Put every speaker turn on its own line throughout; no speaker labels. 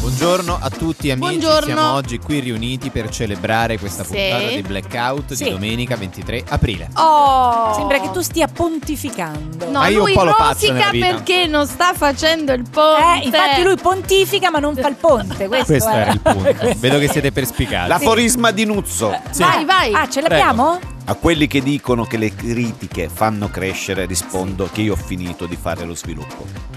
Buongiorno a tutti amici,
Buongiorno.
siamo oggi qui riuniti per celebrare questa
Sì.
puntata di Blackout
Sì.
di domenica 23 aprile.
Oh!
Sembra che tu stia pontificando.
No,
Ma io
lui
un po' lo pazzo
rosica
nella vita.
perché non sta facendo il ponte.
Eh, infatti lui pontifica ma non fa il ponte. Questo,
Questo
è.
era il punto.
Questo.
Vedo che siete perspicaci.
L'aforisma di Nuzzo.
Vai, vai.
Ah, ce l'abbiamo?
A quelli che dicono che le critiche fanno crescere rispondo che io ho finito di fare lo sviluppo.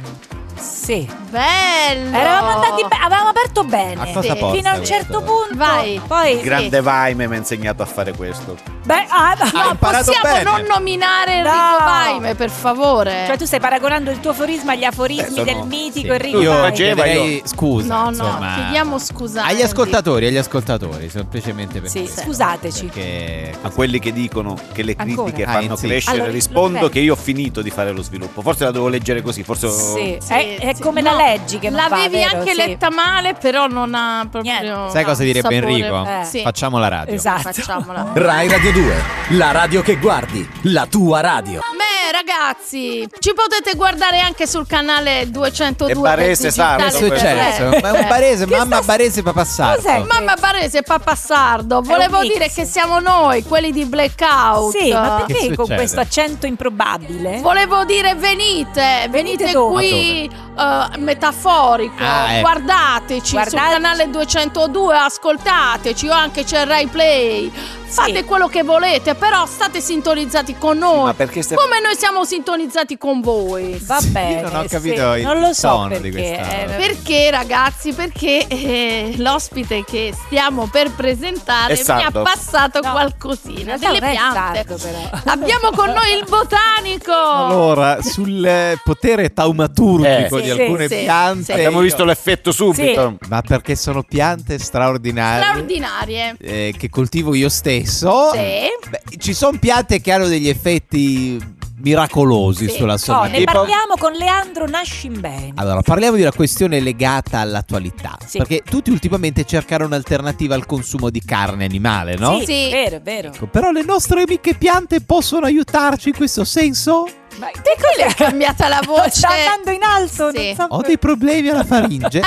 Sì.
Bello.
Eravamo andati be- avevamo aperto bene.
A cosa
Sì.
porta
Fino a un
questo?
certo punto.
Vai.
Poi
Il grande Vaime mi ha insegnato a fare questo.
beh, ah, no.
Hai imparato
Possiamo
bene.
non nominare
No.
Enrico Vaime, per favore.
Cioè tu stai paragonando il tuo aforisma agli
Beh,
aforismi
sono-
del mitico
Eh, Sì.
Enrico
Io
Vaime.
facevo-
Chiederei scusa.
no, no,
insomma,
chiediamo scusa.
Agli ascoltatori, agli ascoltatori, semplicemente per
eh, Sì,
questo.
scusateci.
Perché
A quelli che dicono che le
Ancora?
critiche
Ah,
fanno
insisto.
crescere
Allora,
rispondo
l'ho
che io ho finito di fare lo sviluppo. Forse la dovevo leggere così, forse
Sì,
Sì,
è, è
sì.
come la
No,
leggi che non fa,
L'avevi
vero?
anche
Sì.
letta male, però non ha proprio.
Niente.
Sai cosa direbbe
sapore.
Enrico?
Eh.
Sì.
facciamo la radio.
Esatto.
Facciamola.
Rai Radio 2, la radio che guardi, la tua radio.
Beh, ragazzi, ci potete guardare anche sul canale 202
E Barese
del
Sardo,
Che è
digitale Eh.
questo.
successo?
per-
Ma è un barese,
Che
mamma
eh, sta-
barese papà Sarto.
Cos'è?
Mamma Barese e Papa Sardo, volevo
un mix.
dire che siamo noi, quelli di Blackout.
Sì, ma
Che
perché con
succede?
questo accento improbabile?
Volevo dire venite, venite
Venite dove?
qui eh, metaforico,
Ah, ecco.
guardateci sul
Guardateci.
canale 202, ascoltateci, o anche c'è il Rai Play, fate quello che volete, però state sintonizzati con noi,
Ma perché stai
come noi siamo sintonizzati con voi.
Va bene.
Io non ho capito
sì.
il
Non lo so
tono
perché,
di questa.
eh,
Perché ragazzi? Perché eh, l'ospite che stiamo per presentare
È
mi ha
sardo.
passato
No. In
qualcosina,
realtà
delle
non è
piante.
sardo, però.
Ah,
Abbiamo con noi il botanico.
Allora, sul eh, potere taumaturgico
Eh,
di
sì,
alcune
sì, sì.
piante.
Abbiamo
io-
visto l'effetto subito.
Ma perché sono piante straordinarie.
Straordinarie.
eh, che coltivo io stesso.
Sì.
Beh, ci sono piante che hanno degli effetti miracolosi
Sì.
sulla
Oh,
salute.
ne
Tipo-
parliamo con Leandro Nascimbeni.
Allora, parliamo di una questione legata all'attualità.
Sì.
Perché tutti ultimamente cercano un'alternativa al consumo di carne animale, no?
Sì,
Sì.
vero, è vero.
Ecco, Però le nostre amiche piante possono aiutarci in questo senso?
Ma che
Te cos'è che è cambiata la voce?
Sta andando in alto,
Sì.
non so
Ho dei problemi alla faringe.
Al-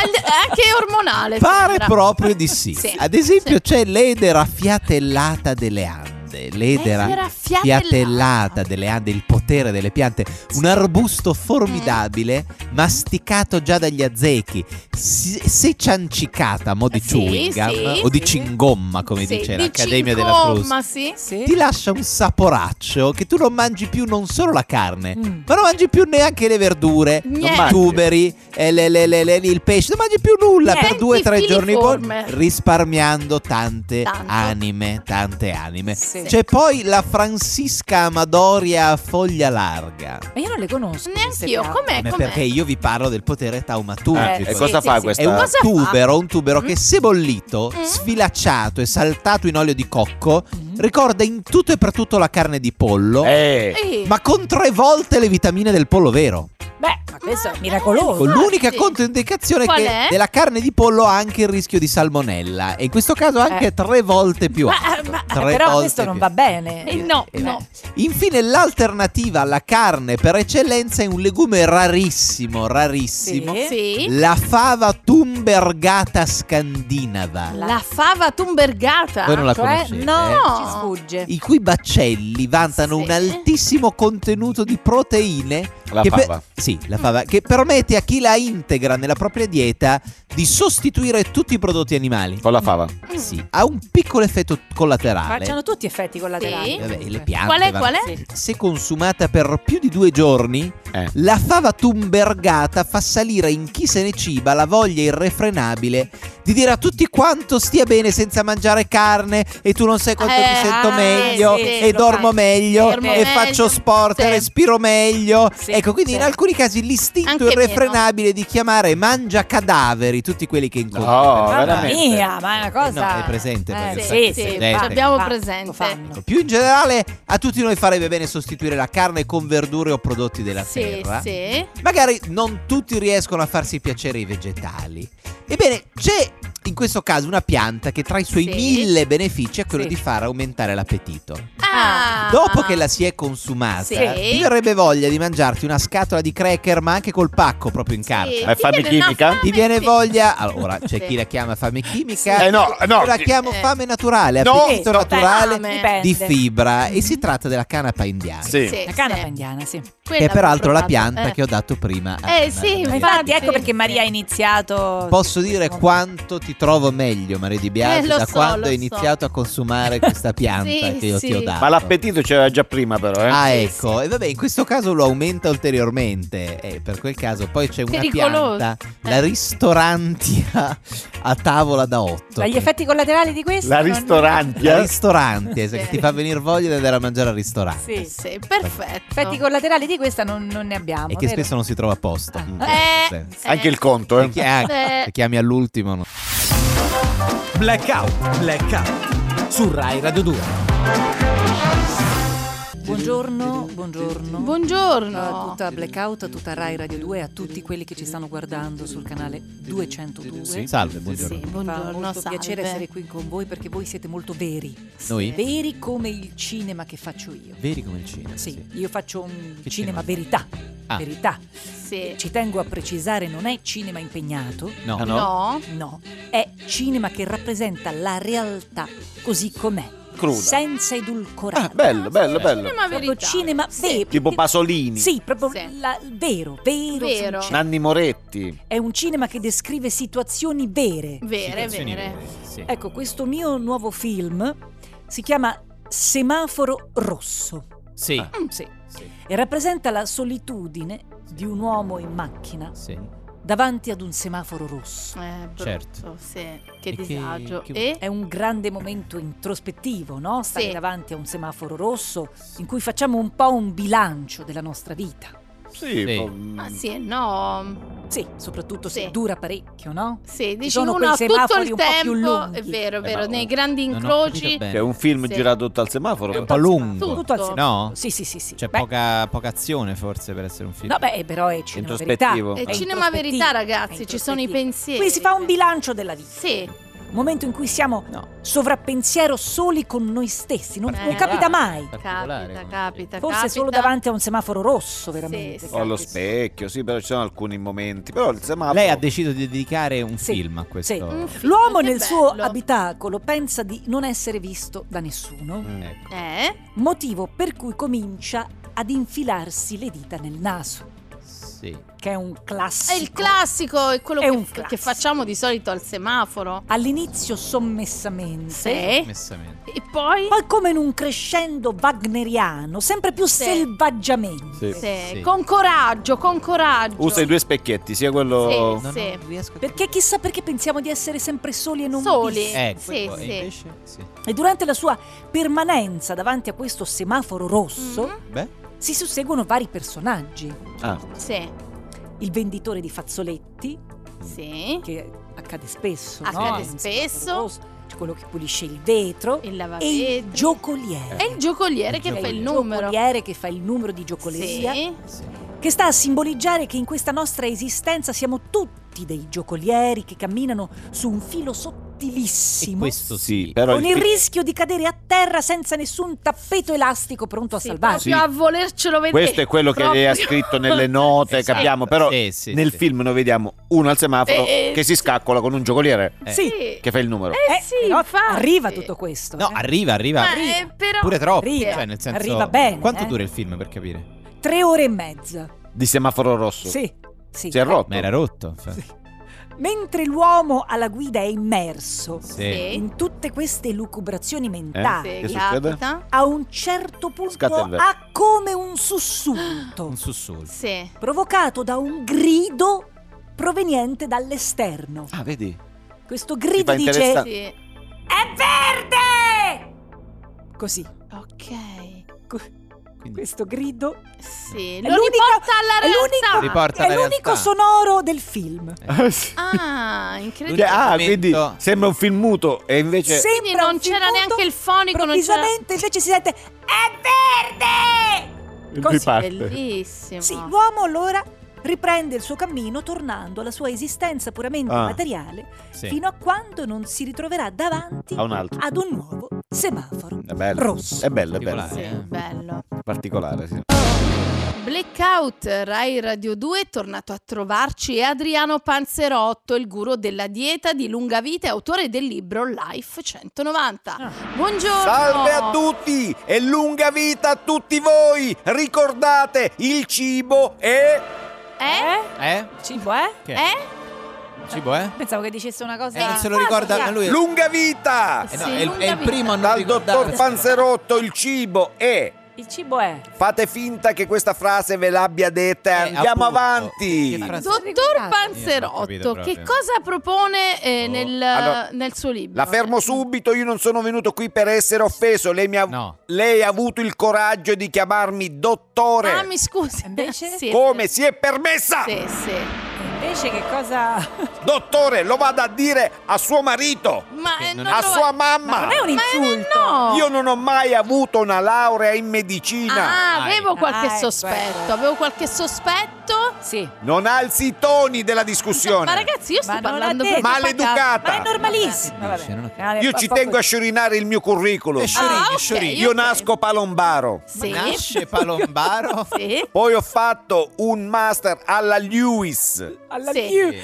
anche ormonale.
Pare
sembra.
proprio di sì.
Sì.
Ad esempio,
Sì.
c'è l'edera fiatellata delle Ande. L'edera
Edera fiatellata.
fiatellata delle Ande, il potere delle piante. Un arbusto
Mm.
formidabile, masticato già dagli azechi. Si- Se ciancicata a mo' di
Sì,
chewing gum
sì.
o di cingomma, come
Sì,
dice
di
l'Accademia della
cincomma,
Frusta.
sì.
Sì.
Ti lascia un saporaccio che tu non mangi più non solo la carne,
Mm.
ma non mangi più neanche le verdure,
Niente.
i tuberi, eh, le- le- le- le- il pesce, non mangi più nulla per
Niente.
due o tre giorni poi,
Filiforme.
risparmiando tante
Tanto.
anime, tante anime.
Sì.
C'è poi la Francisca Amadoria a foglia larga.
Ma io non le conosco.
Neanche
queste
io.
piante.
Com'è?
Ma
Eh, com'è?
perché io vi parlo del potere
Eh,
taumaturgico.
e
sì,
cosa
sì, sì.
fa
È un
questa?
Cosa fa?
tubero, un tubero che se bollito,
Mm.
sfilacciato e saltato in olio di cocco,
Mm.
ricorda in tutto e per tutto la carne di pollo,
Eh.
Sì.
ma con tre volte le vitamine del pollo vero.
Beh, ma questo
Ma-
è miracoloso.
Con
Infatti.
l'unica controindicazione
Qual
che
è?
della carne di pollo ha anche il rischio di salmonella e in questo caso anche
Eh.
tre volte più
Ma- eh,
alto.
ma-
Tre
però
volte
questo non
più.
va bene.
Eh, no,
Eh,
no.
Infine l'alternativa alla carne per eccellenza è un legume rarissimo, rarissimo.
Sì.
Sì.
La fava tumbergata scandinava.
La fava tumbergata.
Voi non la
Cioè,
conoscete?
no,
eh?
ci sfugge.
I cui baccelli vantano
Sì.
un altissimo contenuto di proteine.
La
che per-
fava.
sì, la fava, che permette a chi la integra nella propria dieta di sostituire tutti i prodotti animali.
Con la fava.
Mm.
Sì, ha un piccolo effetto collaterale.
Facciano tutti effetti collaterali.
Sì.
Vabbè, le piante
Qual è?
vanno-
Qual è?
Sì.
Se consumata per più di due giorni,
Eh.
la fava tumbergata fa salire in chi se ne ciba la voglia irrefrenabile di dire a tutti quanto stia bene senza mangiare carne e tu non sai quanto
Eh,
mi sento
ah,
meglio
sì, sì,
e
lo
dormo
fai.
meglio
Dormo
e
meglio,
faccio sport,
sì.
respiro meglio.
Sì,
ecco, quindi
sì.
in alcuni casi l'istinto
Anche
irrefrenabile di chiamare mangia cadaveri tutti quelli che incontri.
No,
per
Mamma
strada.
veramente.
mia, ma è una cosa.
Eh, No, è presente, poi,
Eh,
lo
sì,
sai,
sì,
sì,
lo
sì.
Abbiamo
fanno,
presente.
lo fanno.
Ecco, Più in generale, a tutti noi farebbe bene sostituire la carne con verdure o prodotti della
Sì,
terra.
sì.
Magari non tutti riescono a farsi piacere i vegetali. Ebbene, c'è in questo caso una pianta che tra i suoi
Sì.
mille benefici è quello
Sì.
di far aumentare l'appetito.
Ah.
Dopo che la si è consumata,
Sì.
ti verrebbe voglia di mangiarti una scatola di cracker, ma anche col pacco proprio in carta.
Sì,
Eh,
ti
fammi
viene una
chimica?
fame,
Ti viene
sì.
voglia? Allora, c'è
Sì.
chi la chiama fame chimica.
Eh, no, no,
Io la
sì.
chiamo
Eh.
fame naturale,
No,
appetito
no.
naturale
Fame.
Dipende.
di fibra. E si tratta della canapa indiana.
Sì.
Sì,
La canapa
sì.
indiana, sì.
Che è
Quella
peraltro la
proprio-
pianta
eh.
che ho dato prima. a-
Eh, sì,
a-
infatti.
Infatti, ecco
sì,
perché
sì.
Maria ha iniziato.
Posso dire quanto ti trovo meglio, Maria Di Biagio,
Eh, lo
da
so,
quando
lo
hai
so.
iniziato a consumare questa pianta
Sì,
che io
sì.
ti ho dato.
Ma l'appetito c'era già prima, però. Eh?
Ah,
Sì,
ecco, e vabbè, in questo caso lo aumenta ulteriormente. Eh, per quel caso, poi c'è una
Pericoloso.
pianta,
Eh.
la ristorantia a tavola da 8.
Gli effetti collaterali di questo?
La
non-
ristorante.
La ristorante, cioè,
Sì.
che ti fa venire voglia di andare a mangiare al ristorante.
Sì. Effetti
Sì, perfetto.
collaterali di questa non, non ne abbiamo.
E che
vero?
spesso non si trova a posto.
Ah.
Mm.
Eh,
Sì.
sì.
Anche il conto,
Se
eh.
chi- ah,
Eh.
se chiami all'ultimo. no.
Blackout, blackout su Rai Radio 2.
Buongiorno, buongiorno. A
Buongiorno.
tutta Blackout, a tutta Rai Radio 2, a tutti quelli che ci stanno guardando sul canale 202.
Sì, salve, buongiorno.
Sì,
Buongiorno,
fa molto
salve.
piacere essere qui con voi perché voi siete molto veri.
Noi?
Veri come il cinema che faccio io.
Veri come il cinema.
Sì,
sì.
io faccio un
Che cinema?
cinema, verità.
Ah.
Verità.
Sì.
Ci tengo a precisare, non è cinema impegnato.
No.
Ah, no?
No.
No, è cinema che rappresenta la realtà così com'è,
Cruda.
senza
Ah,
edulcorare.
bello, bello, bello.
Cinema
Proprio
verità.
cinema vero.
Tipo Pasolini,
Sì, proprio
Sì.
la- vero, vero.
Vero.
sul-
Nanni Moretti.
È un cinema che descrive situazioni vere.
Vere, vere.
Sì.
Ecco, questo mio nuovo film si chiama Semaforo Rosso
Sì.
Sì.
Sì.
e rappresenta la solitudine di un uomo in macchina
Sì.
davanti ad un semaforo rosso.
Eh, brutto,
Certo.
Sì. Che
E che-
disagio.
che-
E?
È un grande momento introspettivo, no? Stare
Sì.
davanti a un semaforo rosso in cui facciamo un po' un bilancio della nostra vita.
Sì,
Sì.
po- mm,
Ma Ah, sì e no.
Sì, soprattutto
Sì.
se dura parecchio, no?
Sì, dici
sono
uno ha
quei
tutto
semafori
il
un po' più
tempo.
lunghi.
È vero, è
Eh,
vero.
ma-
Nei grandi
Non ho capito
incroci.
bene.
Cioè, un film
Sì.
girato tutto al semaforo.
È un po' lungo.
Tutto al semaforo.
No?
Sì, sì, sì, sì.
C'è
Beh,
poca, poca azione forse per essere un film.
No, beh, però è cinema verità.
Introspettivo.
È
È
cinema verità, eh,
introspettivo,
ragazzi.
è
Ci sono i
introspettivo.
pensieri.
Qui si fa un bilancio della vita.
Sì.
Un momento in cui siamo
No.
sovrappensiero soli con noi stessi. Non, non
Eh,
capita mai.
Particolare,
Capita,
come-
capita.
Forse
capita.
solo davanti a un semaforo rosso, veramente.
Sì, sì.
O
Oh,
lo
Sì.
specchio, sì, però ci sono alcuni momenti. Però il semaforo.
Lei ha deciso di dedicare un
Sì,
film a questo.
sì.
Oh.
Mm,
L'uomo
che
nel suo
bello.
abitacolo pensa di non essere visto da nessuno,
Mm.
Ecco.
Eh?
motivo per cui comincia ad infilarsi le dita nel naso,
Sì.
che è un
È il
classico.
classico, è quello che,
È un
che
classico.
facciamo di solito al semaforo.
All'inizio sommessamente,
Sì.
Messamente.
E poi?
poi come in un crescendo wagneriano, sempre più
Sì.
selvaggiamente.
Sì.
Sì,
Sì.
Con coraggio, con coraggio.
Usa i due specchietti, sia quello.
Sì.
No, non riesco a
Perché chissà perché pensiamo di essere sempre soli e non
Soli.
visti.
Eh,
Sì,
quello-
sì.
e invece sì.
E durante la sua permanenza davanti a questo semaforo rosso
Mhm,
Beh,
si susseguono vari personaggi.
Ah,
Sì,
Il venditore di fazzoletti,
sì.
che accade spesso.
Accade
no? In
spesso.
semaforo rosso. C'è quello che pulisce il vetro.
Il
E il
lavavetri.
giocoliere.
Eh.
È il giocoliere
Il
che fa il
giocoliere.
numero.
giocoliere che fa il numero di giocoleria.
Sì.
sì.
Che sta a simboleggiare che in questa nostra esistenza siamo tutti dei giocolieri che camminano su un filo
E
sottilissimo.
questo
sì,
sì.
però.
Con il
fi-
rischio di cadere a terra senza nessun tappeto elastico pronto a
Sì,
salvarci.
proprio a volercelo vedere.
Questo è quello che lei ha
Proprio.
scritto nelle note,
Esatto.
capiamo. Però
Sì, sì,
nel
sì.
film noi vediamo uno al semaforo
Eh, eh,
che si scaccola con un giocoliere
Eh.
Sì.
Ah, Sì.
che fa il numero.
Eh,
Eh,
sì,
però
infatti.
arriva tutto questo.
No,
eh.
arriva, arriva.
Ma, eh, però...
Cioè, Pure troppo,
Arriva.
cioè nel senso
Arriva bene,
Quanto
eh.
dura il film per capire?
Tre ore e mezza.
Di semaforo rosso.
Sì. sì. Eh,
Si è rotto.
Ma era rotto. infatti.
Mentre l'uomo alla guida è immerso
Sì.
in tutte queste lucubrazioni
Sì,
mentali,
Che succede?
capita.
a un certo punto
Scatta il verbo.
ha come un sussulto
Un sussulto.
Sì.
provocato da un grido proveniente dall'esterno.
Ah, vedi?
Questo
Mi fa
grido dice:
interessante.
Sì.
È verde! Così.
Ok.
Quindi
Questo grido
Sì.
È
Lo
l'unica-
riporta alla
è l'unico-
realtà.
riporta
è
la
l'unico
realtà.
sonoro del film.
Ah,
Cioè,
incredibile.
ah,
momento-
quindi sembra un film muto e invece
Quindi non c'era neanche il fonico, non c'era...
Improvvisamente invece si sente È verde! Così.
riparte.
Bellissimo.
Sì, l'uomo allora riprende il suo cammino tornando alla sua esistenza puramente
Ah.
materiale
Sì.
fino a quando non si ritroverà davanti
A un altro.
ad un nuovo semaforo.
È bello.
Rosso.
È bello, è bello.
Particolare.
Sì,
Eh.
bello.
Particolare, sì.
Blackout Rai Radio 2 è tornato a trovarci è Adriano Panzerotto, il guru della dieta di lunga vita e autore del libro Life 190.
Ah.
Buongiorno!
Salve a tutti e lunga vita a tutti voi! Ricordate, il cibo è...
Eh?
Eh?
Cibo, eh?
Che?
Eh?
Cibo, eh?
Pensavo che dicesse una cosa.
Eh, non se lo ricorda lui. è-
Lunga vita!
eh no,
Sì,
è, il,
lunga
è il
vita.
primo a non
Dal dottor
ricordarsi.
Panzerotto il cibo è...
Il cibo è.
Fate finta che questa frase ve l'abbia detta e
Eh,
andiamo
appunto.
avanti!
Che frase-
Dottor
Io non ho capito
Panzerotto,
proprio.
che cosa propone eh,
Oh.
nel,
Allora,
nel suo libro?
La fermo subito, io non sono venuto qui per essere offeso, lei mi ha,
No.
lei ha avuto il coraggio di chiamarmi dottore.
Ah, mi scusi.
Invece?
Sì.
Come si è permessa?
Sì, sì.
E Invece che cosa.
Dottore, lo vado a dire a suo marito,
Ma
Che
eh,
non
non
è-
a
lo-
sua mamma.
Non è un
Ma eh,
insulto.
no!
Io non ho mai avuto una laurea in medicina.
Ah, avevo
Dai.
qualche
Ah, ecco,
sospetto,
ecco.
avevo qualche sospetto.
Sì.
Non alzi i toni della discussione.
Ma ragazzi, io sto
Ma non l'ha
parlando
detto.
proprio
Maleducata.
Ma è normalissimo.
Vabbè. Dice, non ho capito.
Vabbè,
ah. Io
fa-
ci
fa
tengo a
così.
sciorinare il mio curriculum.
Eh, sciorini,
Ah, ok,
sciorini.
Io
ok.
nasco palombaro.
Sì.
Nasce Palombaro.
Sì.
Poi ho fatto un master alla Lewis.
Alla
Sì.
Liu-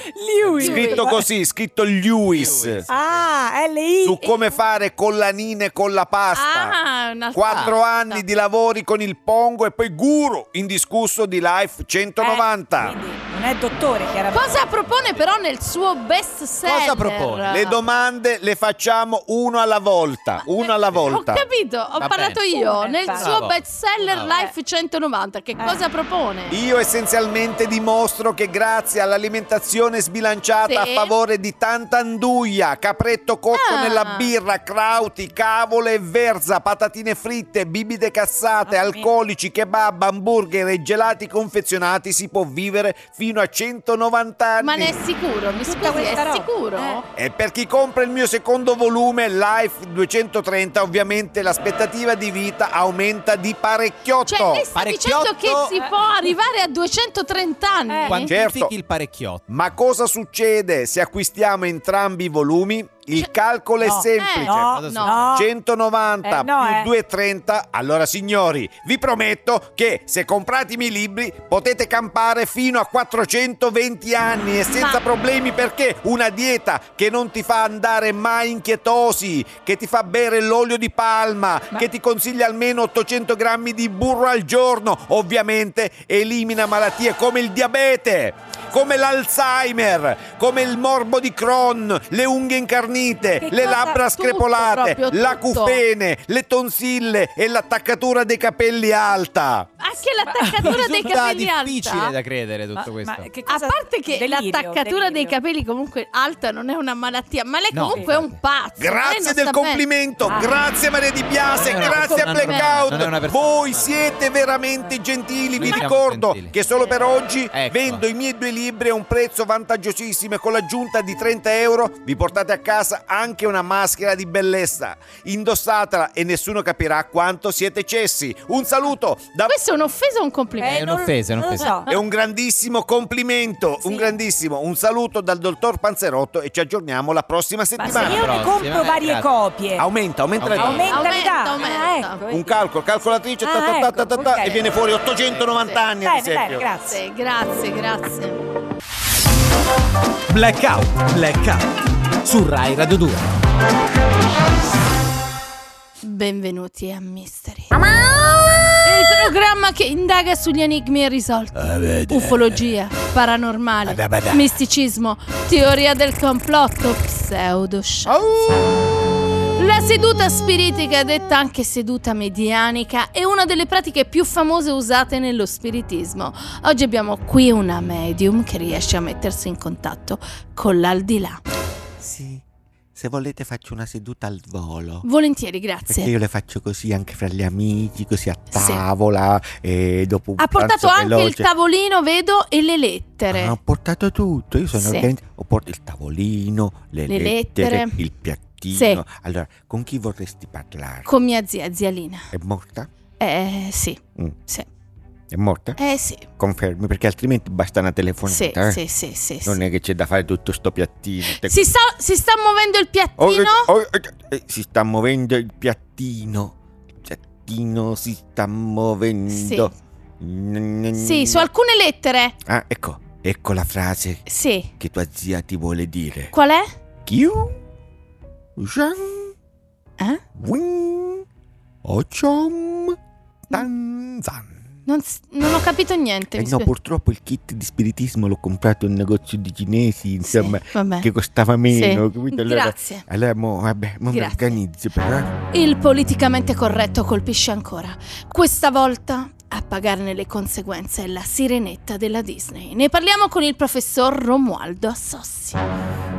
Liui.
Scritto così, scritto Lewis.
Lewis.
Ah, L.I.
Su come fare collanine con la pasta.
Ah, un'altra
Quattro
volta.
anni di lavori con il pongo e poi guru indiscusso di Life
Eh,
190.
quindi non è dottore, chiaramente.
Cosa propone però nel suo best seller?
Cosa propone?
Le domande le facciamo uno alla volta, uno alla
Ho
volta.
capito, ho
Va
parlato
bene.
io.
Eh,
Nel
bravo.
suo best seller
Bravo.
Life 190, che
Eh.
cosa propone?
Io essenzialmente dimostro che grazie all'alimentazione sbilanciata
Sì.
a favore di tanta anduglia, capretto cotto
Ah.
nella birra, crauti, cavole e verza, patatine fritte, bibite cassate,
Ah,
alcolici, kebab, hamburger e gelati confezionati si può vivere fino a 190 anni.
Ma ne è sicuro? Mi
Tutta
scusi,
questa
è
roba.
sicuro?
Eh.
E per chi compra il mio secondo volume, Life 230, ovviamente l'aspettativa di vita aumenta di parecchiotto.
Cioè, lei sta
Parecchiotto.
dicendo che si può
Eh.
arrivare a 230
Eh.
anni?
Quantifichi
Certo.
il parecchiotto.
Ma cosa succede se acquistiamo entrambi i volumi?
Cioè,
Il calcolo è
no,
semplice.
Eh,
No,
Cosa
no.
190
Eh, no,
più
eh.
230. Allora signori, vi prometto che se comprate i miei libri potete campare fino a 420 anni e senza
Ma-
problemi perché una dieta che non ti fa andare mai in chetosi, che ti fa bere l'olio di palma,
Ma-
che ti consiglia almeno 800 grammi di burro al giorno, ovviamente elimina malattie come il diabete. Come l'Alzheimer, come il morbo di Crohn, le unghie incarnite,
Che
le
cosa-
labbra
tutto,
screpolate,
proprio
la
tutto.
cufene, le tonsille e l'attaccatura dei capelli alta.
Anche l'attaccatura dei
Risulta
capelli
difficile
alta.
da credere tutto
Ma-
questo.
ma che
A
cosa-
parte che
Delirio,
l'attaccatura dei
delirio.
capelli comunque alta non è una malattia, ma lei
No,
comunque è un
infatti.
pazzo. Lei
Grazie
non
del
sta bene.
complimento,
Ah.
grazie Maria Di Biase,
Non è una
grazie a
persona normale, non è una
Blackout.
persona
Voi
normale.
siete veramente gentili,
Noi
vi
siamo
ricordo
gentili.
che solo per oggi
Ecco.
vendo i miei due libri a un prezzo vantaggiosissimo e con l'aggiunta di 30 euro vi portate a casa anche una maschera di bellezza. Indossatela e nessuno capirà quanto siete cessi. Un saluto da
Questo è un'offesa o un
Eh,
complimento?
È un'offesa, è
non-
un'offesa.
Non lo
È un grandissimo complimento, un
Sì.
grandissimo, un saluto dal dottor Panzerotto e ci aggiorniamo la prossima
so. Ma
settimana.
se io ne
prossima,
compro
eh,
varie
grazie.
copie.
Aumenta, aumenta la
Aumenta.
Aumenta l'età.
Aumenta,
Ah,
aumenta.
ecco,
Un calcolo, calcolatrice ta, ta, ta, ta, ta, ta,
Ah, ecco,
e viene fuori 890
Sì.
anni ad
Bene, bene,
esempio.
grazie.
Sì, grazie, grazie.
Blackout, blackout. Su Rai Radio 2.
Benvenuti a Mystery. Il programma che indaga sugli enigmi
Eh,
irrisolti. Ufologia, paranormale, misticismo, teoria del complotto, pseudoscienza. La seduta spiritica, detta anche seduta medianica, è una delle pratiche più famose usate nello spiritismo. Oggi abbiamo qui una medium che riesce a mettersi in contatto con l'aldilà.
Sì, se volete faccio una seduta al volo.
Volentieri,
Perché
grazie.
io le faccio così anche fra gli amici, così a
Sì.
tavola e dopo un
Ha portato
pranzo
anche il
veloce.
tavolino, vedo, e le lettere.
Ah, ho portato tutto, io sono
Sì.
organizzato. Ho portato il tavolino, le,
Le
lettere,
lettere.
il piattino.
Sì.
Allora, con chi vorresti parlare?
Con mia zia, zia Lina.
È morta?
Eh, sì.
Mm.
sì.
È morta?
Eh sì,
Confermi, perché altrimenti basta una
sì,
telefonata. eh.
sì, sì, sì, sì.
Non è che c'è da fare tutto sto piattino. Te-
Si sta, si sta muovendo il
Oh,
piattino?
eh, oh, eh, eh, si sta muovendo il piattino. Il piattino si sta muovendo.
Sì, su alcune lettere.
Ah, ecco, ecco la frase
Sì.
che tua zia ti vuole dire.
Qual è?
Chiu. Zhang.
Eh?
Wing Ochom
Mm.
Tanzan.
Non, s- non ho capito niente.
Eh
mi
no,
spi-
purtroppo il kit di spiritismo l'ho comprato in un negozio di cinesi,
Sì,
insomma,
vabbè.
che costava meno. capito? Allora,
Grazie.
allora mo, vabbè, mo mi
Grazie.
organizzo però. eh.
Il politicamente corretto colpisce ancora. Questa volta a pagarne le conseguenze è la sirenetta della Disney. Ne parliamo con il professor Romualdo Assossi.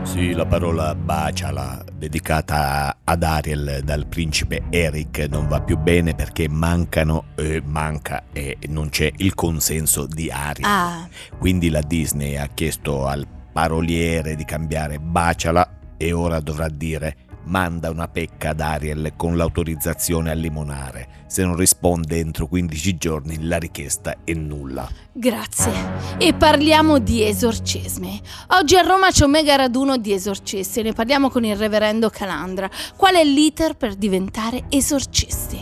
Sì, la parola baciala, dedicata ad Ariel dal principe Eric, non va più bene perché mancano, eh, manca e non c'è il consenso di Ariel.
Ah,
Quindi la Disney ha chiesto al paroliere di cambiare baciala e ora dovrà dire manda una pecca ad Ariel con l'autorizzazione a limonare. Se non risponde entro 15 giorni la richiesta è nulla.
grazie. E parliamo di esorcismi. Oggi a Roma c'è un mega raduno di esorcisti. Ne parliamo con il reverendo Calandra. Qual è l'iter per diventare esorcisti?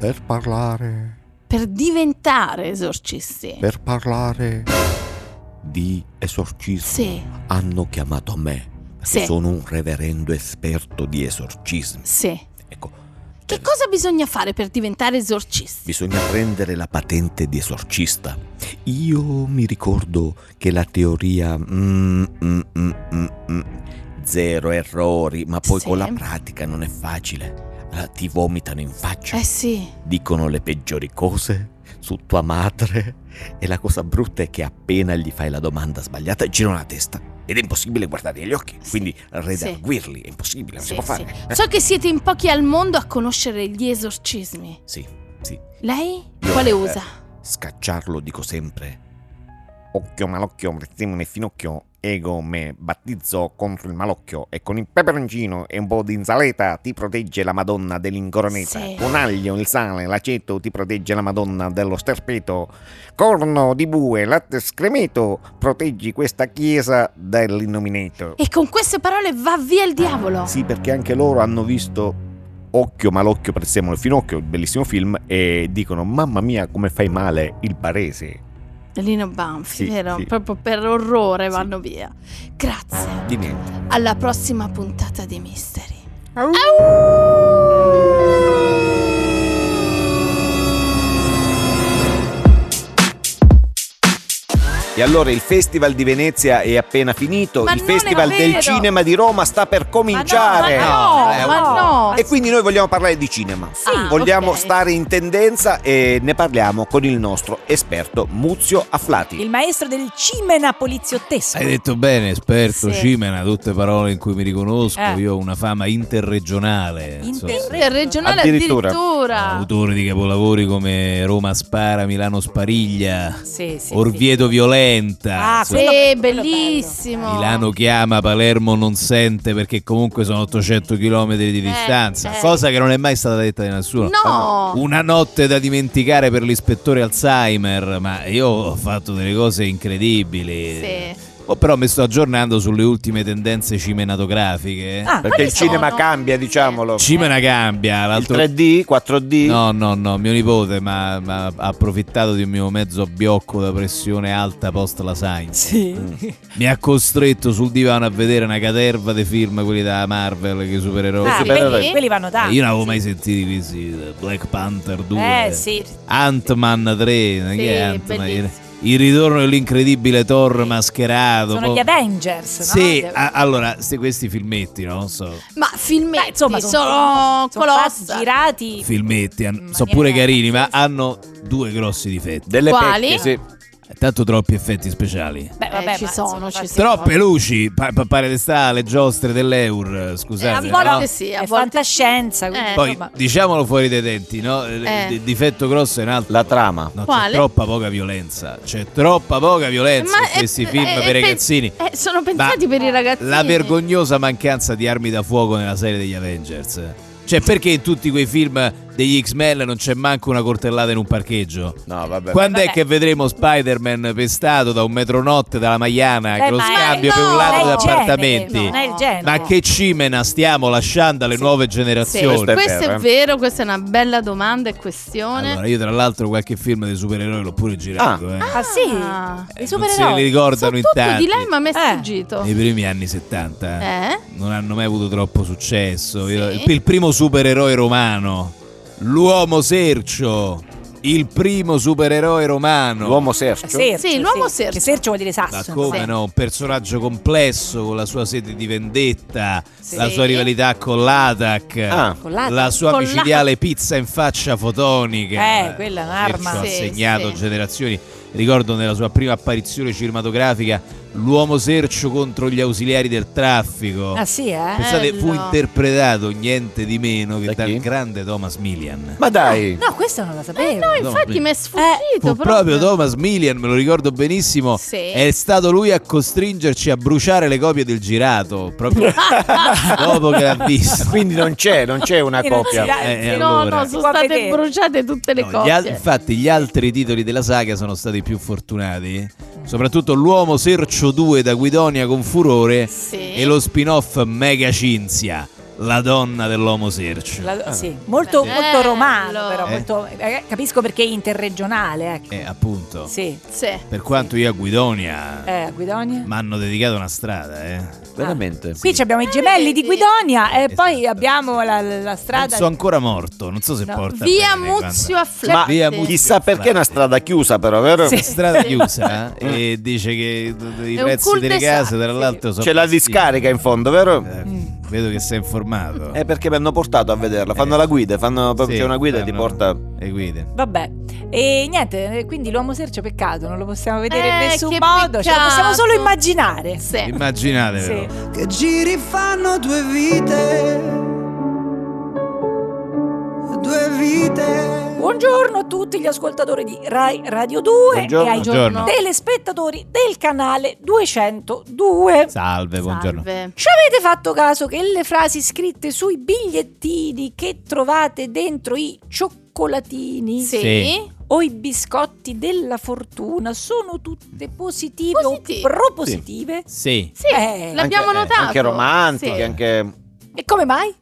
Per parlare,
Per diventare esorcisti.
per parlare
Di esorcismo
Sì,
hanno chiamato me. perché
Sì.
Sono un reverendo esperto di esorcismi.
sì.
Ecco,
Che cosa bisogna fare per diventare esorcisti?
bisogna prendere la patente di esorcista. Io mi ricordo che la teoria... mm, mm, mm, mm, mm, zero errori, ma poi
Sì.
con la pratica non è facile. Allora, ti vomitano in faccia,
Eh sì.
dicono le peggiori cose su tua madre. E la cosa brutta è che appena gli fai la domanda sbagliata, girano la testa. Ed è impossibile guardargli negli occhi,
Sì.
quindi redarguirli, è impossibile, non
Sì,
si può
sì.
fare.
So che siete in pochi al mondo a conoscere gli esorcismi.
Sì, sì.
Lei
Io,
quale
eh,
usa?
Scacciarlo dico sempre.
Occhio malocchio, prezzemone e finocchio, ego me battizzo contro il malocchio e con il peperoncino e un po' di insalata ti protegge la Madonna dell'incoroneta.
Sì.
Con aglio, il sale, l'aceto ti protegge la Madonna dello sterpeto. Corno di bue, latte scremeto, proteggi questa chiesa dell'innominato.
E con queste parole va via il diavolo.
Sì, perché anche loro hanno visto Occhio malocchio, prezzemolo e finocchio, bellissimo film, e dicono mamma mia come fai male il barese.
Lino Banfi,
Sì,
vero?
sì.
Proprio per orrore vanno via. Grazie.
Di niente.
Alla prossima puntata di Misteri.
E allora il Festival di Venezia è appena finito,
Ma
il
non è
Festival del
vero.
cinema di Roma sta per cominciare.
Ma no, ma
No,
no, ma no.
E quindi noi vogliamo parlare di cinema. Ah,
Sì,
vogliamo
ok.
stare in tendenza e ne parliamo con il nostro esperto Muzio Afflati.
Il maestro del cimena poliziottesco.
Hai detto bene, esperto,
Sì.
cimena, tutte parole in cui mi riconosco.
Eh.
Io ho una fama interregionale. insomma.
Interre-
Il regionale
Addirittura.
addirittura. Eh,
Autore di capolavori come Roma Spara, Milano Spariglia,
Sì, sì,
Orvieto Violenta,
Ah,
insomma,
Quello-
Sì,
quello
bellissimo.
Milano chiama, Palermo non sente perché comunque sono 800 km di distanza,
eh.
cosa che non è mai stata detta da nessuno.
No.
Una notte da dimenticare per l'ispettore Alzheimer, ma io ho fatto delle cose incredibili.
Sì.
Oh, però mi sto aggiornando sulle ultime tendenze cinematografiche. eh.
Ah,
perché il
quali sono?
cinema cambia, diciamolo.
Cimena cambia,
Il
l'altro
3D, 4D.
No, no, no, mio nipote ma- ma ha approfittato di un mio mezzo biocco da pressione alta post lasagna.
Sì. Mm.
Mi ha costretto sul divano a vedere una caterva di film, quelli da Marvel, che supereroi.
Ah,
supereroi.
quelli, quelli vanno da.
Eh, Io non avevo mai sentito questi Black Panther 2,
Eh, sì.
Ant-Man 3, non è
Sì,
che è Ant-Man,
bellissimo.
il ritorno dell'incredibile Thor mascherato.
Sono
poi-
gli Avengers, no?
Sì,
Gli-
a- allora, se questi filmetti, no? non so,
Ma filmetti,
Beh, insomma, sono,
ah, sono,
sono fatti
colossali.
girati.
filmetti, han-
In
sono
maniera-
pure carini, ma hanno due grossi difetti.
Delle
Quali?
pecche, sì.
Tanto troppi effetti speciali.
Beh,
Eh,
vabbè,
ci
ma,
sono,
insomma,
ci
fatti-
sono.
Troppe luci, pa- pappare di stale, giostre dell'Eur, eh, scusate.
Eh, a volte
no?
sì, a
È
volte
fantascienza, quindi,
Eh.
Poi
insomma,
diciamolo fuori dai denti, no? Il-
Eh.
Il difetto grosso è un altro.
La trama.
No,
Quale?
c'è troppa poca violenza. C'è troppa poca violenza in
è-
questi film
è-
per
è
i
pe-
ragazzini.
eh, sono pensati per i ragazzini.
La vergognosa mancanza di armi da fuoco nella serie degli Avengers. Cioè, perché in tutti quei film degli X-Men non c'è manco una coltellata in un parcheggio?
No, vabbè.
Quando è
Vabbè.
che vedremo Spider-Man pestato da un metronotte dalla Maiana che
Beh,
lo
ma-
scambio
eh,
per un
no,
lato
non
di
è il genere,
appartamenti?
no, non è il genere.
Ma che cimena stiamo lasciando alle nuove
Sì,
generazioni?
Questo, è vero, questa è una bella domanda e questione.
Allora, io tra l'altro qualche film dei supereroi l'ho pure girato, eh.
Ah sì?
Ah,
I
Non
supereroi.
Eh, se li ricordano in
tutto
tanti.
di lei ma mi è
Eh.
sfuggito.
Nei primi anni 70
certo. Eh?
non hanno mai avuto troppo successo. Io- Il primo supereroe romano, l'uomo sercio, il primo supereroe romano.
L'uomo sercio.
Sercio,
Sì, l'uomo
sì.
sercio.
Che sercio vuol dire
Ma
sasso.
come
Sì.
no? Un personaggio complesso con la sua sete di vendetta,
Sì.
la sua rivalità con l'Atac,
Ah.
Con l'Atac.
la sua
Con
micidiale pizza in faccia fotonica.
Eh, quella è un'arma.
Sergio
Sì,
ha segnato
sì.
generazioni. Ricordo nella sua prima apparizione cinematografica l'uomo sercio contro gli ausiliari del traffico.
Ah sì, eh?
Pensate, fu
Bello.
interpretato niente di meno che
Da
dal
chi?
grande Thomas Milian.
Ma dai,
No, questa non la sapevo.
Eh, no, infatti
sì.
mi è sfuggito
Fu proprio Thomas Milian, me lo ricordo benissimo.
Sì.
È stato lui a costringerci a bruciare le copie del girato. Proprio dopo che l'ha visto.
quindi non c'è, non c'è una
Che non si
copia.
dà-
Eh, eh,
No,
allora.
no,
Si
sono
può
state
vedere.
bruciate tutte le
No, gli
copie.
al- infatti, gli altri titoli della saga sono stati più fortunati.
Mm.
Soprattutto L'Uomo Sercio 2 da Guidonia con furore
Sì.
e lo spin-off Mega Cinzia, la donna dell'Uomo Sercio.
La- sì, molto,
Bello.
molto romano, però.
Ah. Eh.
molto- eh, capisco perché è interregionale. Ecco.
Eh, appunto.
Sì.
Sì.
Per quanto io a Guidonia
Eh, a Guidonia.
mi hanno dedicato una strada, eh.
Veramente.
Qui ci abbiamo i gemelli di
Ah, vedi?
Guidonia e
Esatto.
poi abbiamo la, la
Non
strada.
sono ancora morto, non so se
No.
porta
Via
bene
Muzio
quando-
a
Ma
Flatti.
Via Muzio
chissà perché è una strada chiusa, però, vero?
Sì, strada chiusa eh, e dice che d- d- i
È un
prezzi delle
cul-de-sac,
case tra l'altro sono
C'è la
bassi.
discarica in fondo, vero?
Eh,
Mm.
vedo che sei informato
È perché mi hanno portato a vederla. Fanno
Eh.
la guida, fanno, proprio
Sì,
c'è una guida che ti
fanno
porta.
le guide
Vabbè, e niente, eh, quindi l'uomo sercio peccato, non lo possiamo vedere in
Eh,
nessun
che
modo, ce lo possiamo
peccato.
solo immaginare.
Sì.
immaginate
Sì.
però.
Che giri fanno due vite. Due vite.
Buongiorno a tutti gli ascoltatori di Rai Radio 2
Buongiorno.
e ai
Buongiorno.
telespettatori del canale 202.
salve buongiorno
Salve.
Ci avete fatto caso che le frasi scritte sui bigliettini che trovate dentro i cioccolatini
Sì.
Sì.
o i biscotti della fortuna sono tutte positive
Positive.
o propositive?
sì
Sì,
Eh,
l'abbiamo
anche- eh,
notato.
Anche romantiche,
Sì.
anche.
E come mai?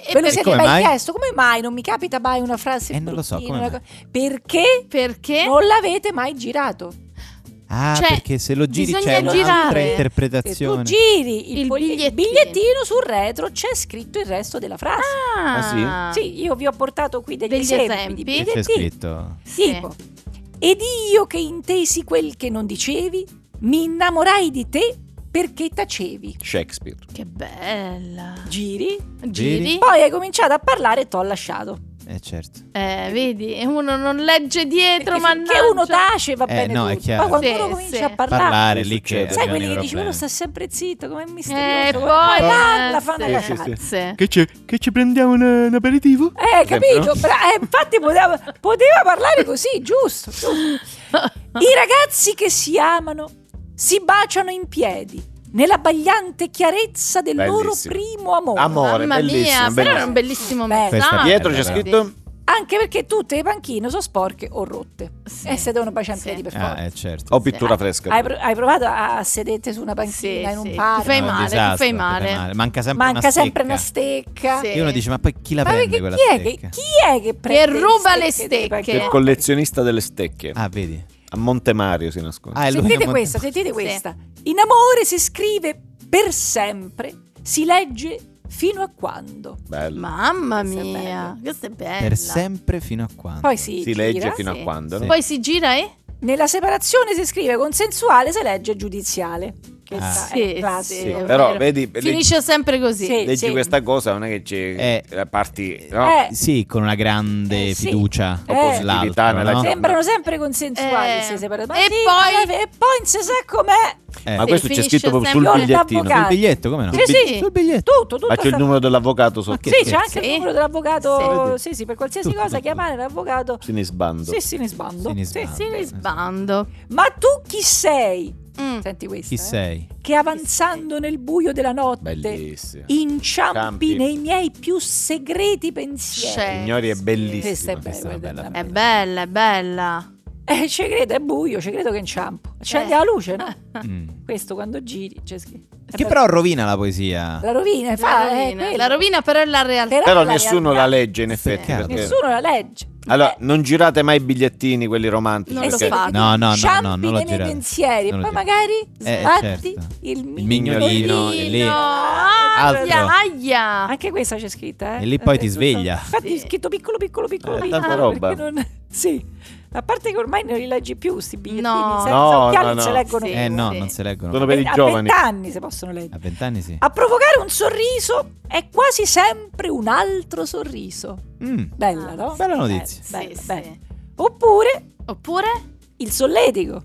E
Ve lo
per-
siete
come
mai,
mai?
chiesto? Come mai non mi capita mai una frase
Eh, non lo so,
bruttina,
come
una co- Perché
perché?
non l'avete mai girato?
Ah,
Cioè,
perché se lo giri
bisogna
c'è un'altra
girare.
Se tu
interpretazione.
giri il,
Il
fogli-
bigliettino.
bigliettino sul retro c'è scritto il resto della frase.
Ah,
Sì, io vi ho portato qui degli,
Degli
esempi,
esempi. Eh.
di
Che c'è
bigliettini.
scritto
Sì.
Tipo, ed io che intesi quel che non dicevi, mi innamorai di te perché tacevi.
Shakespeare.
Che bella.
Giri,
Giri.
poi hai cominciato a parlare e t'ho lasciato.
Eh certo.
Eh, vedi, e uno non legge dietro,
Perché
ma
finché uno tace va
Eh,
bene
no, è
tutto.
chiaro.
Poi quando
Sì,
uno comincia
sì.
a parlare,
Parlare lì
Succede.
che Ah,
Eh,
sai
abbiamo
quelli che
i
dici, uno
problemi.
sta sempre zitto, com'è
Eh,
misterioso.
poi
come
eh,
parla, fa
sì,
una
sì,
cagata.
sì, sì.
Che c'è? Che ci prendiamo una- un aperitivo?
Eh,
Sempre,
capito? Bra- eh, infatti poteva, poteva parlare così, giusto, giusto. I ragazzi che si amano si baciano in piedi nella bagliante chiarezza del loro
Bellissimo.
primo amore.
Amore,
Oh, Mamma
bellissima,
mia, però era un
bellissima.
bellissimo Eh,
Beh,
messaggio.
Dietro c'è
però.
scritto.
Anche perché tutte le panchine sono sporche o rotte.
Sì.
E se devono baciare in
Sì.
piedi per forza.
Ah, eh, certo.
Ho pittura fresca.
Hai, pro- hai provato a, a sederti su una panchina
Sì,
in un
sì.
parco?
Ti fai
No, è un
male, ti
disastro,
fai
ti
male.
Manca sempre
Manca
una stecca.
sempre una stecca.
Sì.
E uno dice, ma poi chi la
Ma
prende
perché
quella
chi è, che,
stecca?
chi è che prende
ruba le
delle
stecche?
panchine?
Il collezionista delle stecche.
Ah, vedi.
A Montemario si nasconde.
Ah, è lui
Sentite
a Monte-
questa, sentite questa. In amore si scrive per sempre, si legge fino a quando.
Bello.
Mamma
Questa è
mia,
bella.
questa è bella.
Per sempre fino a quando?
Poi si,
Si
gira.
legge fino
sì.
a quando?
Sì.
no?
Poi si gira e?
Nella separazione si scrive consensuale, si legge giudiziale. Questa
Ah.
è il
Sì,
classico.
sì.
Però
vero.
vedi, le-
Finisce sempre così.
Sì.
leggi questa cosa, non è che ci
Eh.
la parti. No?
Eh,
Sì, con una grande
Eh, sì.
fiducia.
Eh. Positività
L'altro,
nella
no?
gente.
Sembrano sempre consensuali
Eh.
se separati.
E
Ma sì,
poi-
alla fine- e poi non si sa com'è.
Eh.
Ma
Sì,
questo c'è
finisce
scritto proprio sul
sempre-
bigliettino.
L'avvocato.
Il biglietto, come no?
Sì, sì.
Sul biglietto.
Tutto, tutto.
Ma c'è il
sta-
numero dell'avvocato sotto.
Sì,
Sì.
c'è anche
Sì.
il numero dell'avvocato.
Vedi?
Sì, sì, per qualsiasi
Tutto,
cosa
tutto.
chiamare l'avvocato.
Se ne sbando.
Sì, sì, ne sbando.
Se ne
Sì,
sbando.
sì.
Sì, li sbando.
Ma tu chi sei?
Mm.
Senti eh. questo.
Chi sei?
Che avanzando nel buio della notte
Bellissimo.
inciampi
Campi.
nei miei più segreti pensieri.
Signori, è bellissimo.
Questa è
Questa
bella.
è bella.
È bella, è bella.
Eh, ci credo, è buio, ci credo che inciampo. Accendi
Eh.
la luce, no?
Mm.
Questo quando giri c'è scritto. Eh,
Che però rovina la poesia.
La rovina, fa,
La
eh,
rovina,
quello.
la rovina però è la realtà.
la
Però nessuno
realtà-
la legge, in effetti.
Peccato.
perché-
Nessuno la legge.
Allora, non girate mai i bigliettini, quelli romantici.
Eh, Non lo
perché-
fate.
eh, No, no, no,
Ciampi
no, non l'ho
nei miei
girato.
pensieri,
Non
poi
l'ho girato.
magari
Eh,
sbatti
certo.
il
Il
mignolino.
mignolino è lì. Altro.
Aia, aia.
Anche questa c'è scritta, eh.
E lì poi ti
Tutto-
sveglia.
Infatti è
Ah. Sì.
scritto piccolo, piccolo, piccolo,
Eh,
piccolo.
tanta
perché
roba.
non- Sì. A parte che ormai non li leggi più sti bigliettini,
No.
senza
No,
occhiali
no,
non se
no.
leggono
Sì.
più.
Eh no, non si
Sono
leggono.
per i
A
giovani.
vent'anni si possono leggere.
A vent'anni Eh, sì.
A provocare un sorriso è quasi sempre un altro sorriso.
Mm.
Bella,
Ah,
no?
bella notizia.
Sì,
Bella,
sì.
bella. Oppure
Oppure
il solletico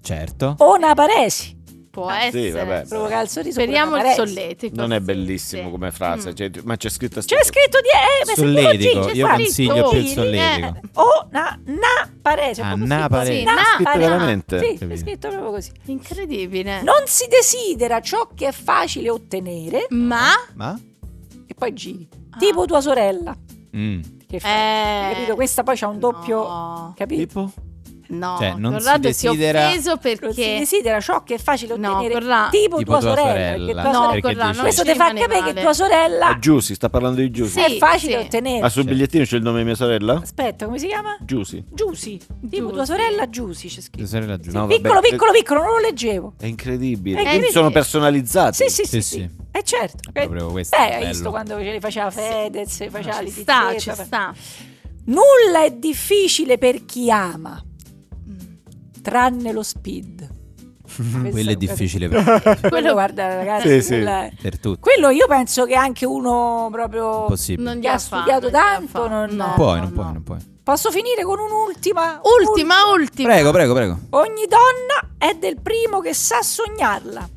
Certo.
o una paresi.
può
Ah, sì,
essere.
vabbè.
Provocare il sorriso.
Speriamo
con
il
una paresi.
solletico.
Non è
sì,
bellissimo
sì.
come frase,
Mm.
cioè, ma c'è scritto
C'è scritto di eh, ma se tu lo
Solletico,
giri,
io
fai-
consiglio più il
giri,
solletico.
eh, O na, na paresi.
Ah,
proprio
na
così,
paresi.
Sì,
na
na
Scritto
paresi.
veramente?
Sì, è
Capito.
scritto proprio così.
eh, Incredibile.
Eh. Non si desidera ciò che è facile ottenere
Ma
Ma?
Mm.
e poi giri. Tipo tua sorella.
Mm.
Che fa,
Ah. eh,
capito? Questa poi c'ha un doppio...
No,
Capito?
Tipo?
no
Cioè, non si
Corrado si è
desidera-
offeso
Non si
perché
desidera ciò che è facile
No,
ottenere
Corrà-
tipo, tua, sorella, perché tua
No,
sorella-
perché quella
dici-
no.
questo
ci
ti fa
rimane
capire
male.
che tua sorella
Ah, Giusy, sta parlando di Giusy.
Sì.
è facile ottenere
Ma sul
Sì.
bigliettino c'è il nome di mia sorella?
aspetta come si chiama?
Giusy.
Giusy tipo
Giusy.
tua sorella Giusy c'è
Tua
scritto
sorella giù.
No, vabbè,
piccolo
è-
piccolo piccolo non lo leggevo
È incredibile.
Eh,
Quindi
vedi?
sono personalizzati.
sì sì
Sì,
sì, sì.
sì.
Eh, certo
È proprio questo,
beh hai
bello.
visto quando ce li faceva Fedez ce li faceva
ci
Litizzetta,
sta, ci
fa-
sta.
nulla è difficile per chi ama tranne lo speed
Quello è difficile per,
quello guarda ragazzi
Sì, sì.
quello è-
per tutti.
quello io penso che anche uno proprio
Impossibile.
Non
Che ha
gliela fa,
studiato
non gliela
tanto,
fa.
non-
No,
Non puoi,
no,
non puoi,
no.
non puoi.
Posso finire con un'ultima?
Ultima, ultima.
Prego, prego, prego.
Ogni donna è del primo che sa sognarla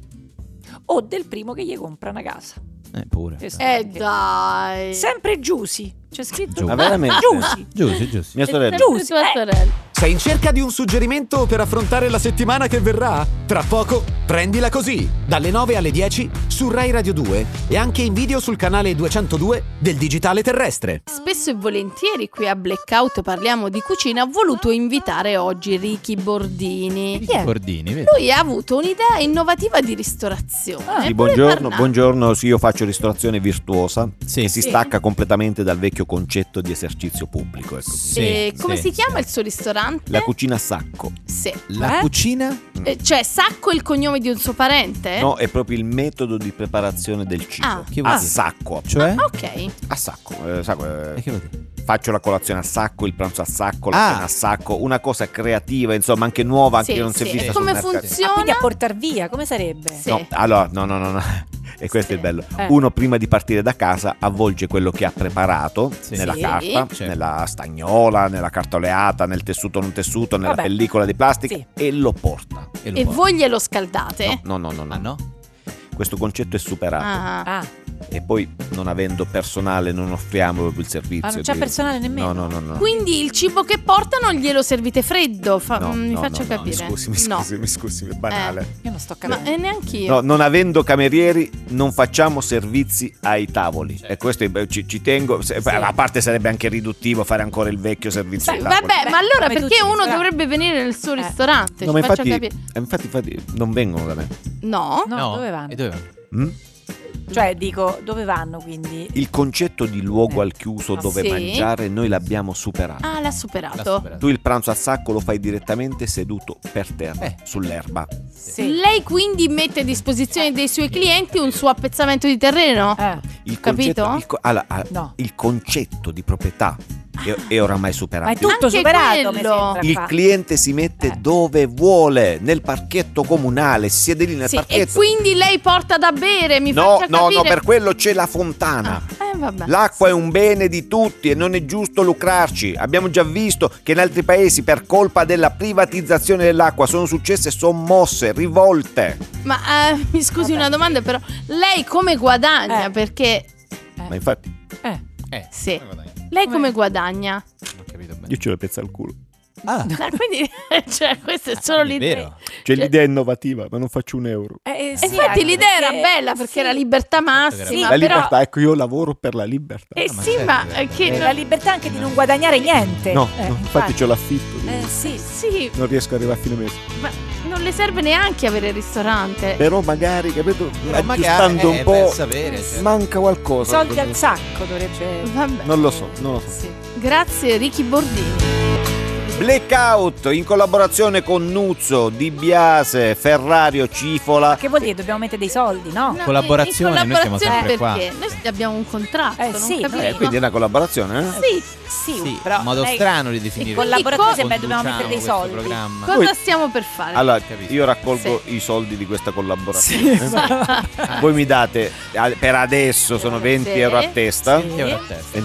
o del primo che gli compra una casa.
Eh, pure.
Questo
Eh
anche.
dai.
Sempre Giusy. C'è scritto
Giusy.
Ma veramente?
Giusy.
Giusto, giusto.
Mia sorella.
Giusy,
Tua
eh.
sorella.
Sei in cerca di un suggerimento per affrontare la settimana che verrà? Tra poco, prendila così, dalle 9 alle 10 su Rai Radio 2 e anche in video sul canale 202 del Digitale Terrestre.
Spesso e volentieri qui a Blackout parliamo di cucina. Ho voluto invitare oggi Ricky Bordini.
Chi è?
Bordini, vedi?
Lui ha avuto un'idea innovativa di ristorazione.
Ah,
Sì,
Vuole
buongiorno,
parlare.
buongiorno, sì, io faccio ristorazione virtuosa
Sì,
che si
sì.
stacca completamente dal vecchio concetto di esercizio pubblico. ecco.
Sì,
Eh, come
sì,
si chiama
sì.
il suo ristorante?
La cucina a sacco.
Sì.
La
Eh?
cucina?
Eh, cioè, Sacco è il cognome di un suo parente?
No, è proprio il metodo di preparazione del cibo.
Eh? Ah.
Che vuol
a
dire?
sacco,
Cioè?
Ok.
a sacco, eh, sacco, eh,
E che vuol dire?
faccio la colazione a sacco, il pranzo a sacco, la
Ah.
cena a sacco, una cosa creativa, insomma, anche nuova, anche
Sì,
non si
sì.
è vista
E
sul
come
mercato.
Ah, quindi
funziona?
a portar via, come sarebbe?
Sì.
No, allora, no, no, no, no. E
Sì.
questo è il bello.
Eh.
Uno prima di partire da casa avvolge quello che ha preparato
Sì.
nella
Sì.
carta,
Certo.
nella stagnola, nella cartoleata, nel tessuto non tessuto, nella
Vabbè.
pellicola di plastica
Sì.
e lo porta.
E lo
E
porta.
voi glielo scaldate?
No, no, no, no,
Ah no?
Questo concetto è superato.
Ah.
Ah,
E poi, non avendo personale, non offriamo proprio il servizio.
Ah, non c'è
di-
personale nemmeno?
No, no, no. no.
Quindi il cibo che portano glielo servite freddo? Fa- mm,
No,
mi
no,
faccio
no, no,
capire.
Mi scusi, mi
No.
scusi, mi scusi, è banale.
io non sto
Ma
capendo.
eh, neanche io.
No, non avendo camerieri non facciamo servizi ai tavoli. E questo è- ci, ci tengo. se- A parte sarebbe anche riduttivo fare ancora il vecchio servizio
Sì,
ai tavoli.
vabbè,
Beh,
ma allora
come
perché
tutti eh. i
uno
ristoranti.
dovrebbe venire nel suo ristorante?
No,
Ci
ma
faccio
infatti,
capire.
eh, infatti, infatti non vengono da me.
No?
No, dove vanno?
E dove vanno?
Mm?
Cioè, dico, dove vanno quindi?
Il concetto di luogo
Eh.
al chiuso
Ah,
dove
sì?
mangiare noi l'abbiamo superato.
Ah, l'ha superato.
Tu il pranzo a sacco lo fai direttamente seduto per terra,
Eh.
sull'erba.
Sì.
Lei quindi mette a disposizione dei suoi clienti un suo appezzamento di terreno?
Eh,
Il
Capito?
concetto, il co- allora, ah,
No.
il concetto di proprietà è, è oramai superato.
ma è tutto
Anche
superato, mi
quello.
sembra
Il
qua.
cliente si mette
Eh.
dove vuole, nel parchetto comunale, si siede lì nel
Sì, e
parchetto.
quindi lei porta da bere, mi
no,
faccia
no,
capire.
no, per quello c'è la fontana.
Eh, vabbè.
L'acqua è un bene di tutti e non è giusto lucrarci. Abbiamo già visto che in altri paesi per colpa della privatizzazione dell'acqua sono successe sommosse, rivolte.
Ma eh, mi scusi
Vabbè.
una domanda però, lei come guadagna?
Eh.
Perché
Ma infatti
Eh,
Eh,
Sì.
come guadagni?
lei
Come-
come guadagna?
Non ho capito bene.
io ce l'ho pezza al culo.
Ah.
Eh,
Ma Quindi, cioè, queste sono le idee.
Cioè, l'idea è innovativa, ma non faccio un euro.
eh,
E infatti l'idea era bella perché era libertà massima,
la
però...
libertà, ecco, io lavoro per la libertà.
Ah,
Eh sì, ma eh, che...
La libertà anche di non guadagnare niente.
No,
Eh,
no, infatti c'ho l'affitto, quindi
Eh, sì, sì,
non riesco ad arrivare a fine mese.
ma non le serve neanche avere il ristorante.
Però magari, capito,
magari-
aggiustando
eh,
un po',
per sapere, certo.
manca qualcosa.
Soldi al sacco dovrebbe...
Vabbè.
Non lo so, non lo so.
Grazie Ricky Bordini.
Blackout in collaborazione con Nuzzo, Di Biase, Ferrario, Cifola.
Che vuol dire? Dobbiamo mettere dei soldi, no?
No,
Collaborazione,
in
noi siamo
collaborazione
sempre qua.
perché Noi abbiamo un contratto, non
sì,
capiamo.
Eh, quindi è una collaborazione, eh?
Sì,
sì,
in modo
lei-
strano di
I
definire.
collaboratori
Conduciamo
sembra dobbiamo mettere dei
questo
soldi.
programma.
cosa
Voi-
stiamo per fare?
Allora, io raccolgo i soldi di questa collaborazione. Eh? Voi mi date, al- per adesso sono 20
Sì.
euro a testa.
Sì.
20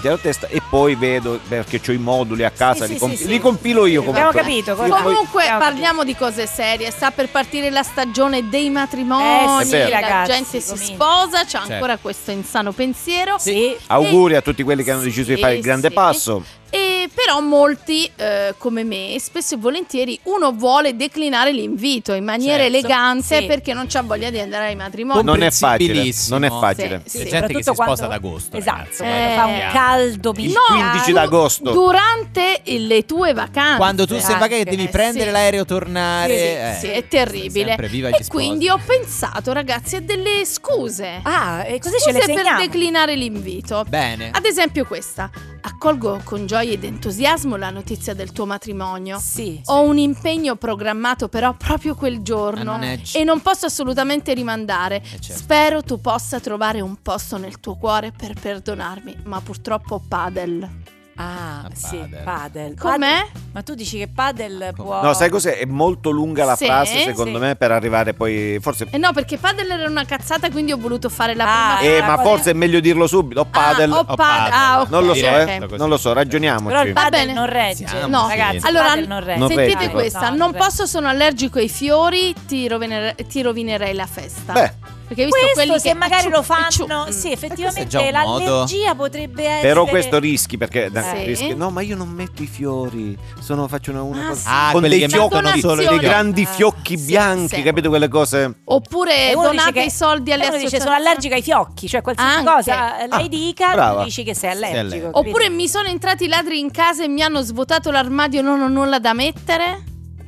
euro a
testa.
e poi vedo, perché ho i moduli a casa,
Sì,
li,
sì,
comp-
sì, sì.
li compilo io comunque.
Abbiamo capito, cosa-
Io poi-
Comunque parliamo di cose serie, sta per partire la stagione dei matrimoni,
Eh sì, È vero.
la
ragazzi,
gente si
comincia.
sposa, c'è
Certo.
ancora questo insano pensiero.
Sì.
Auguri a tutti quelli che hanno deciso di
Sì,
fare il grande
sì.
passo.
E però molti, eh, come me, spesso e volentieri uno vuole declinare l'invito in maniera
Certo.
elegante
Sì.
perché non c'ha voglia di andare ai matrimoni.
Non è facile.
Comprensibilissimo.
Non è facile.
Sì,
C'è
sì.
gente che si
Soprattutto
sposa
quando-
ad agosto.
Esatto,
ragazzi,
quando
eh,
guarda,
fa
Fa un
parliamo.
caldo
Il
bianco.
15 d'agosto.
eh, Durante le tue vacanze.
Quando tu sei in vacanza
Eh,
devi
sì.
prendere l'aereo,
Sì,
tornare. eh.
sì, è terribile.
Sempre viva gli
E
sposi.
quindi ho pensato, ragazzi, a delle scuse.
Ah, e così ce
Scuse
le
per
segniamo.
declinare l'invito.
Bene.
Ad esempio questa. Accolgo con gioia ed entusiasmo la notizia del tuo matrimonio.
Sì.
Ho un impegno programmato però proprio quel giorno
Ah, non è-
e non posso assolutamente rimandare.
certo.
Spero tu possa trovare un posto nel tuo cuore per perdonarmi, ma purtroppo padel.
Ah,
Ah,
sì,
padel.
padel.
Com'è?
Padel. Ma tu dici che padel può...
No, sai cos'è? È molto lunga la
Sì,
frase, secondo
sì.
me, per arrivare poi. Forse.
Eh no, perché padel era una cazzata, quindi ho voluto fare la
Ah,
prima.
Eh,
la
ma
cosa-
forse è meglio dirlo subito. O padel. oh,
Ah, o
o
padel.
padel.
Ah, ok,
non lo so,
ok.
eh. Non lo so,
Però
ragioniamoci.
il padel
bene.
non regge.
Siamo,
No,
ragazzi, il
allora
padel non regge.
non
sentite
regge.
questa,
No,
non
regge.
posso, sono allergico ai fiori, ti, roviner- ti rovinerei la festa.
Bè,
perché hai visto quelli
Questo
che mm.
se magari lo
acciu-
fanno,
acciu-
sì,
è già
effettivamente
un
l'allergia potrebbe essere
però questo rischi perché. dai,
Sì.
rischi- No, ma io non metto i fiori. Sono, faccio una, una
Ah,
cosa.
sì.
Ah,
con
quelli
dei
che
fiocchi,
mettono solo i
Donazioni.
dei
fiori.
grandi fiocchi
sì,
bianchi,
sì.
capito quelle cose?
Oppure
E uno dice
donate
che-
i soldi alle
e uno dice
associazioni.
sono allergica ai fiocchi, cioè qualsiasi
Anche.
cosa eh, lei
Ah,
dica,
brava.
tu dici che sei
allergico.
allergico. capito?
Oppure mi sono entrati i ladri in casa e mi hanno svuotato l'armadio non ho nulla da mettere.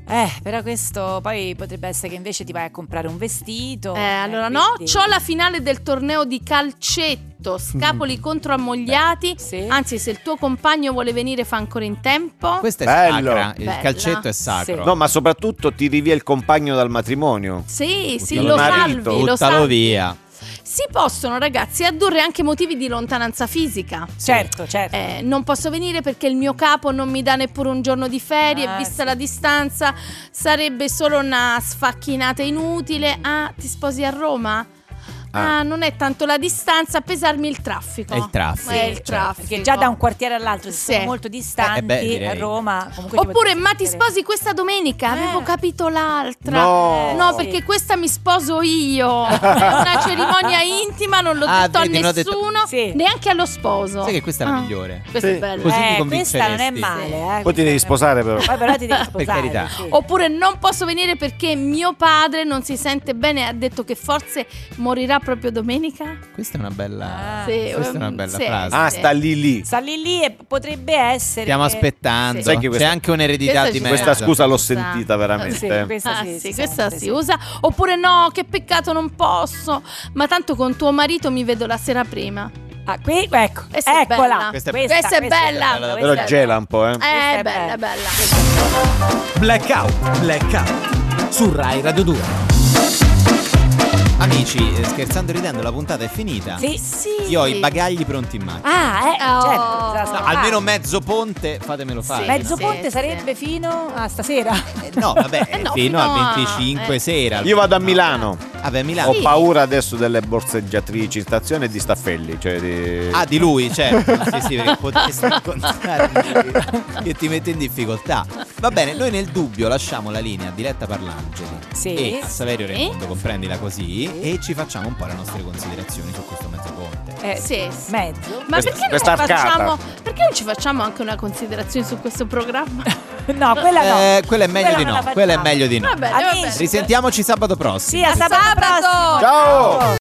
Eh, però questo poi potrebbe essere che invece ti vai a comprare un vestito.
eh, allora no,
quindi-
c'ho la finale del torneo di calcetto,
Mm.
scapoli contro ammogliati.
Sì.
Anzi, se il tuo compagno vuole venire fa ancora in tempo.
Questo è
Bello.
sacra.
Bella.
Il calcetto è sacro.
Sì.
No, ma soprattutto ti rivia il compagno dal matrimonio.
Sì, sì,
Buttalo
lo
via.
salvi, lo
Buttalo
salvi.
via.
Si possono, ragazzi, addurre anche motivi di lontananza fisica.
Certo, certo.
Eh, non posso venire perché il mio capo non mi dà neppure un giorno di ferie,
Ah,
vista
sì.
la distanza sarebbe solo una sfacchinata
Mm.
inutile. Ah, ti sposi a Roma? Ah,
Ah.
non è tanto la distanza a pesarmi il traffico.
È il traffico,
È il
certo.
traffico.
cioè, Perché già da un quartiere all'altro se
Sì.
sono molto distanti
Eh, beh, direi.
a Roma. Comunque ti
Oppure,
potresti
ma ti
mettere-
sposi questa domenica? Avevo
Eh.
capito l'altra.
No.
No,
Sì.
perché questa mi sposo io. È una cerimonia intima, non l'ho
Ah,
detto
vedi, non
a
ho detto-
nessuno,
Sì.
neanche allo sposo.
Sai che questa è la
Ah,
migliore.
Questo è
Sì.
bello.
Così ti
Eh, questa non è
convinceresti.
male. Eh,
Poi ti devi sposare, però.
Poi però ti devi sposare.
carità.
sì.
eh. Oppure non posso venire perché mio padre non si sente bene e ha detto che forse morirà proprio domenica.
Questa è una bella.
Ah.
Sì,
questa è una
um,
bella
sì.
frase.
Ah,
Sì.
sta lì lì.
Sta lì lì e potrebbe essere.
Stiamo
che-
aspettando.
Sì.
Sai che
C'è
questa-
anche un'eredità
Questa
di
ci-
mezzo.
Questa scusa l'ho
Sì.
sentita
Sì,
veramente.
questa
Ah,
sì,
sì,
si
questa
sente,
si usa. Oppure no, che peccato non posso. Ma tanto con tuo marito mi vedo la sera prima.
Ah, qui, ecco,
Questa è bella.
eccola.
Questa è-
Questa è bella.
Però
questa è
gela un po', eh.
Eh,
è
bella,
bella.
bella.
Blackout, blackout su Rai Radio 2.
Amici, eh, scherzando e ridendo, la puntata è finita.
Sì.
Sì.
Io ho i bagagli pronti in macchina.
Ah, eh,
Oh.
certo. se la
No,
sta-
Almeno mezzo ponte, fatemelo
Sì.
fare.
me-
Mezzo
Sì,
ponte
sì.
sarebbe fino a stasera.
Eh, No, vabbè,
Eh
fino,
no, fino a-
al 25
eh.
sera.
Io vado a
No.
Milano.
Ah, beh, a Milano.
Ho
Sì.
paura adesso delle borseggiatrici in stazione e di staffelli. Cioè di...
Ah, di lui, certo. sì, sì, perché potresti incontrarmi che ti mette in difficoltà.
Va bene, noi nel dubbio lasciamo la linea a Diletta Parlangeli
Sì.
e a Saverio
Sì.
Raimondo, comprendila così, e ci facciamo un po' le nostre considerazioni su questo mezzo ponte.
Eh,
sì,
mezzo.
Ma
Questa-
perché,
questa
non facciamo,
arcata.
perché non ci facciamo anche una considerazione su questo programma?
no,
quella
Eh, quella è meglio di no, quella è meglio di no.
Va bene, va bene.
Risentiamoci sabato prossimo.
Sì, a sabato!
Sabato!
Ciao!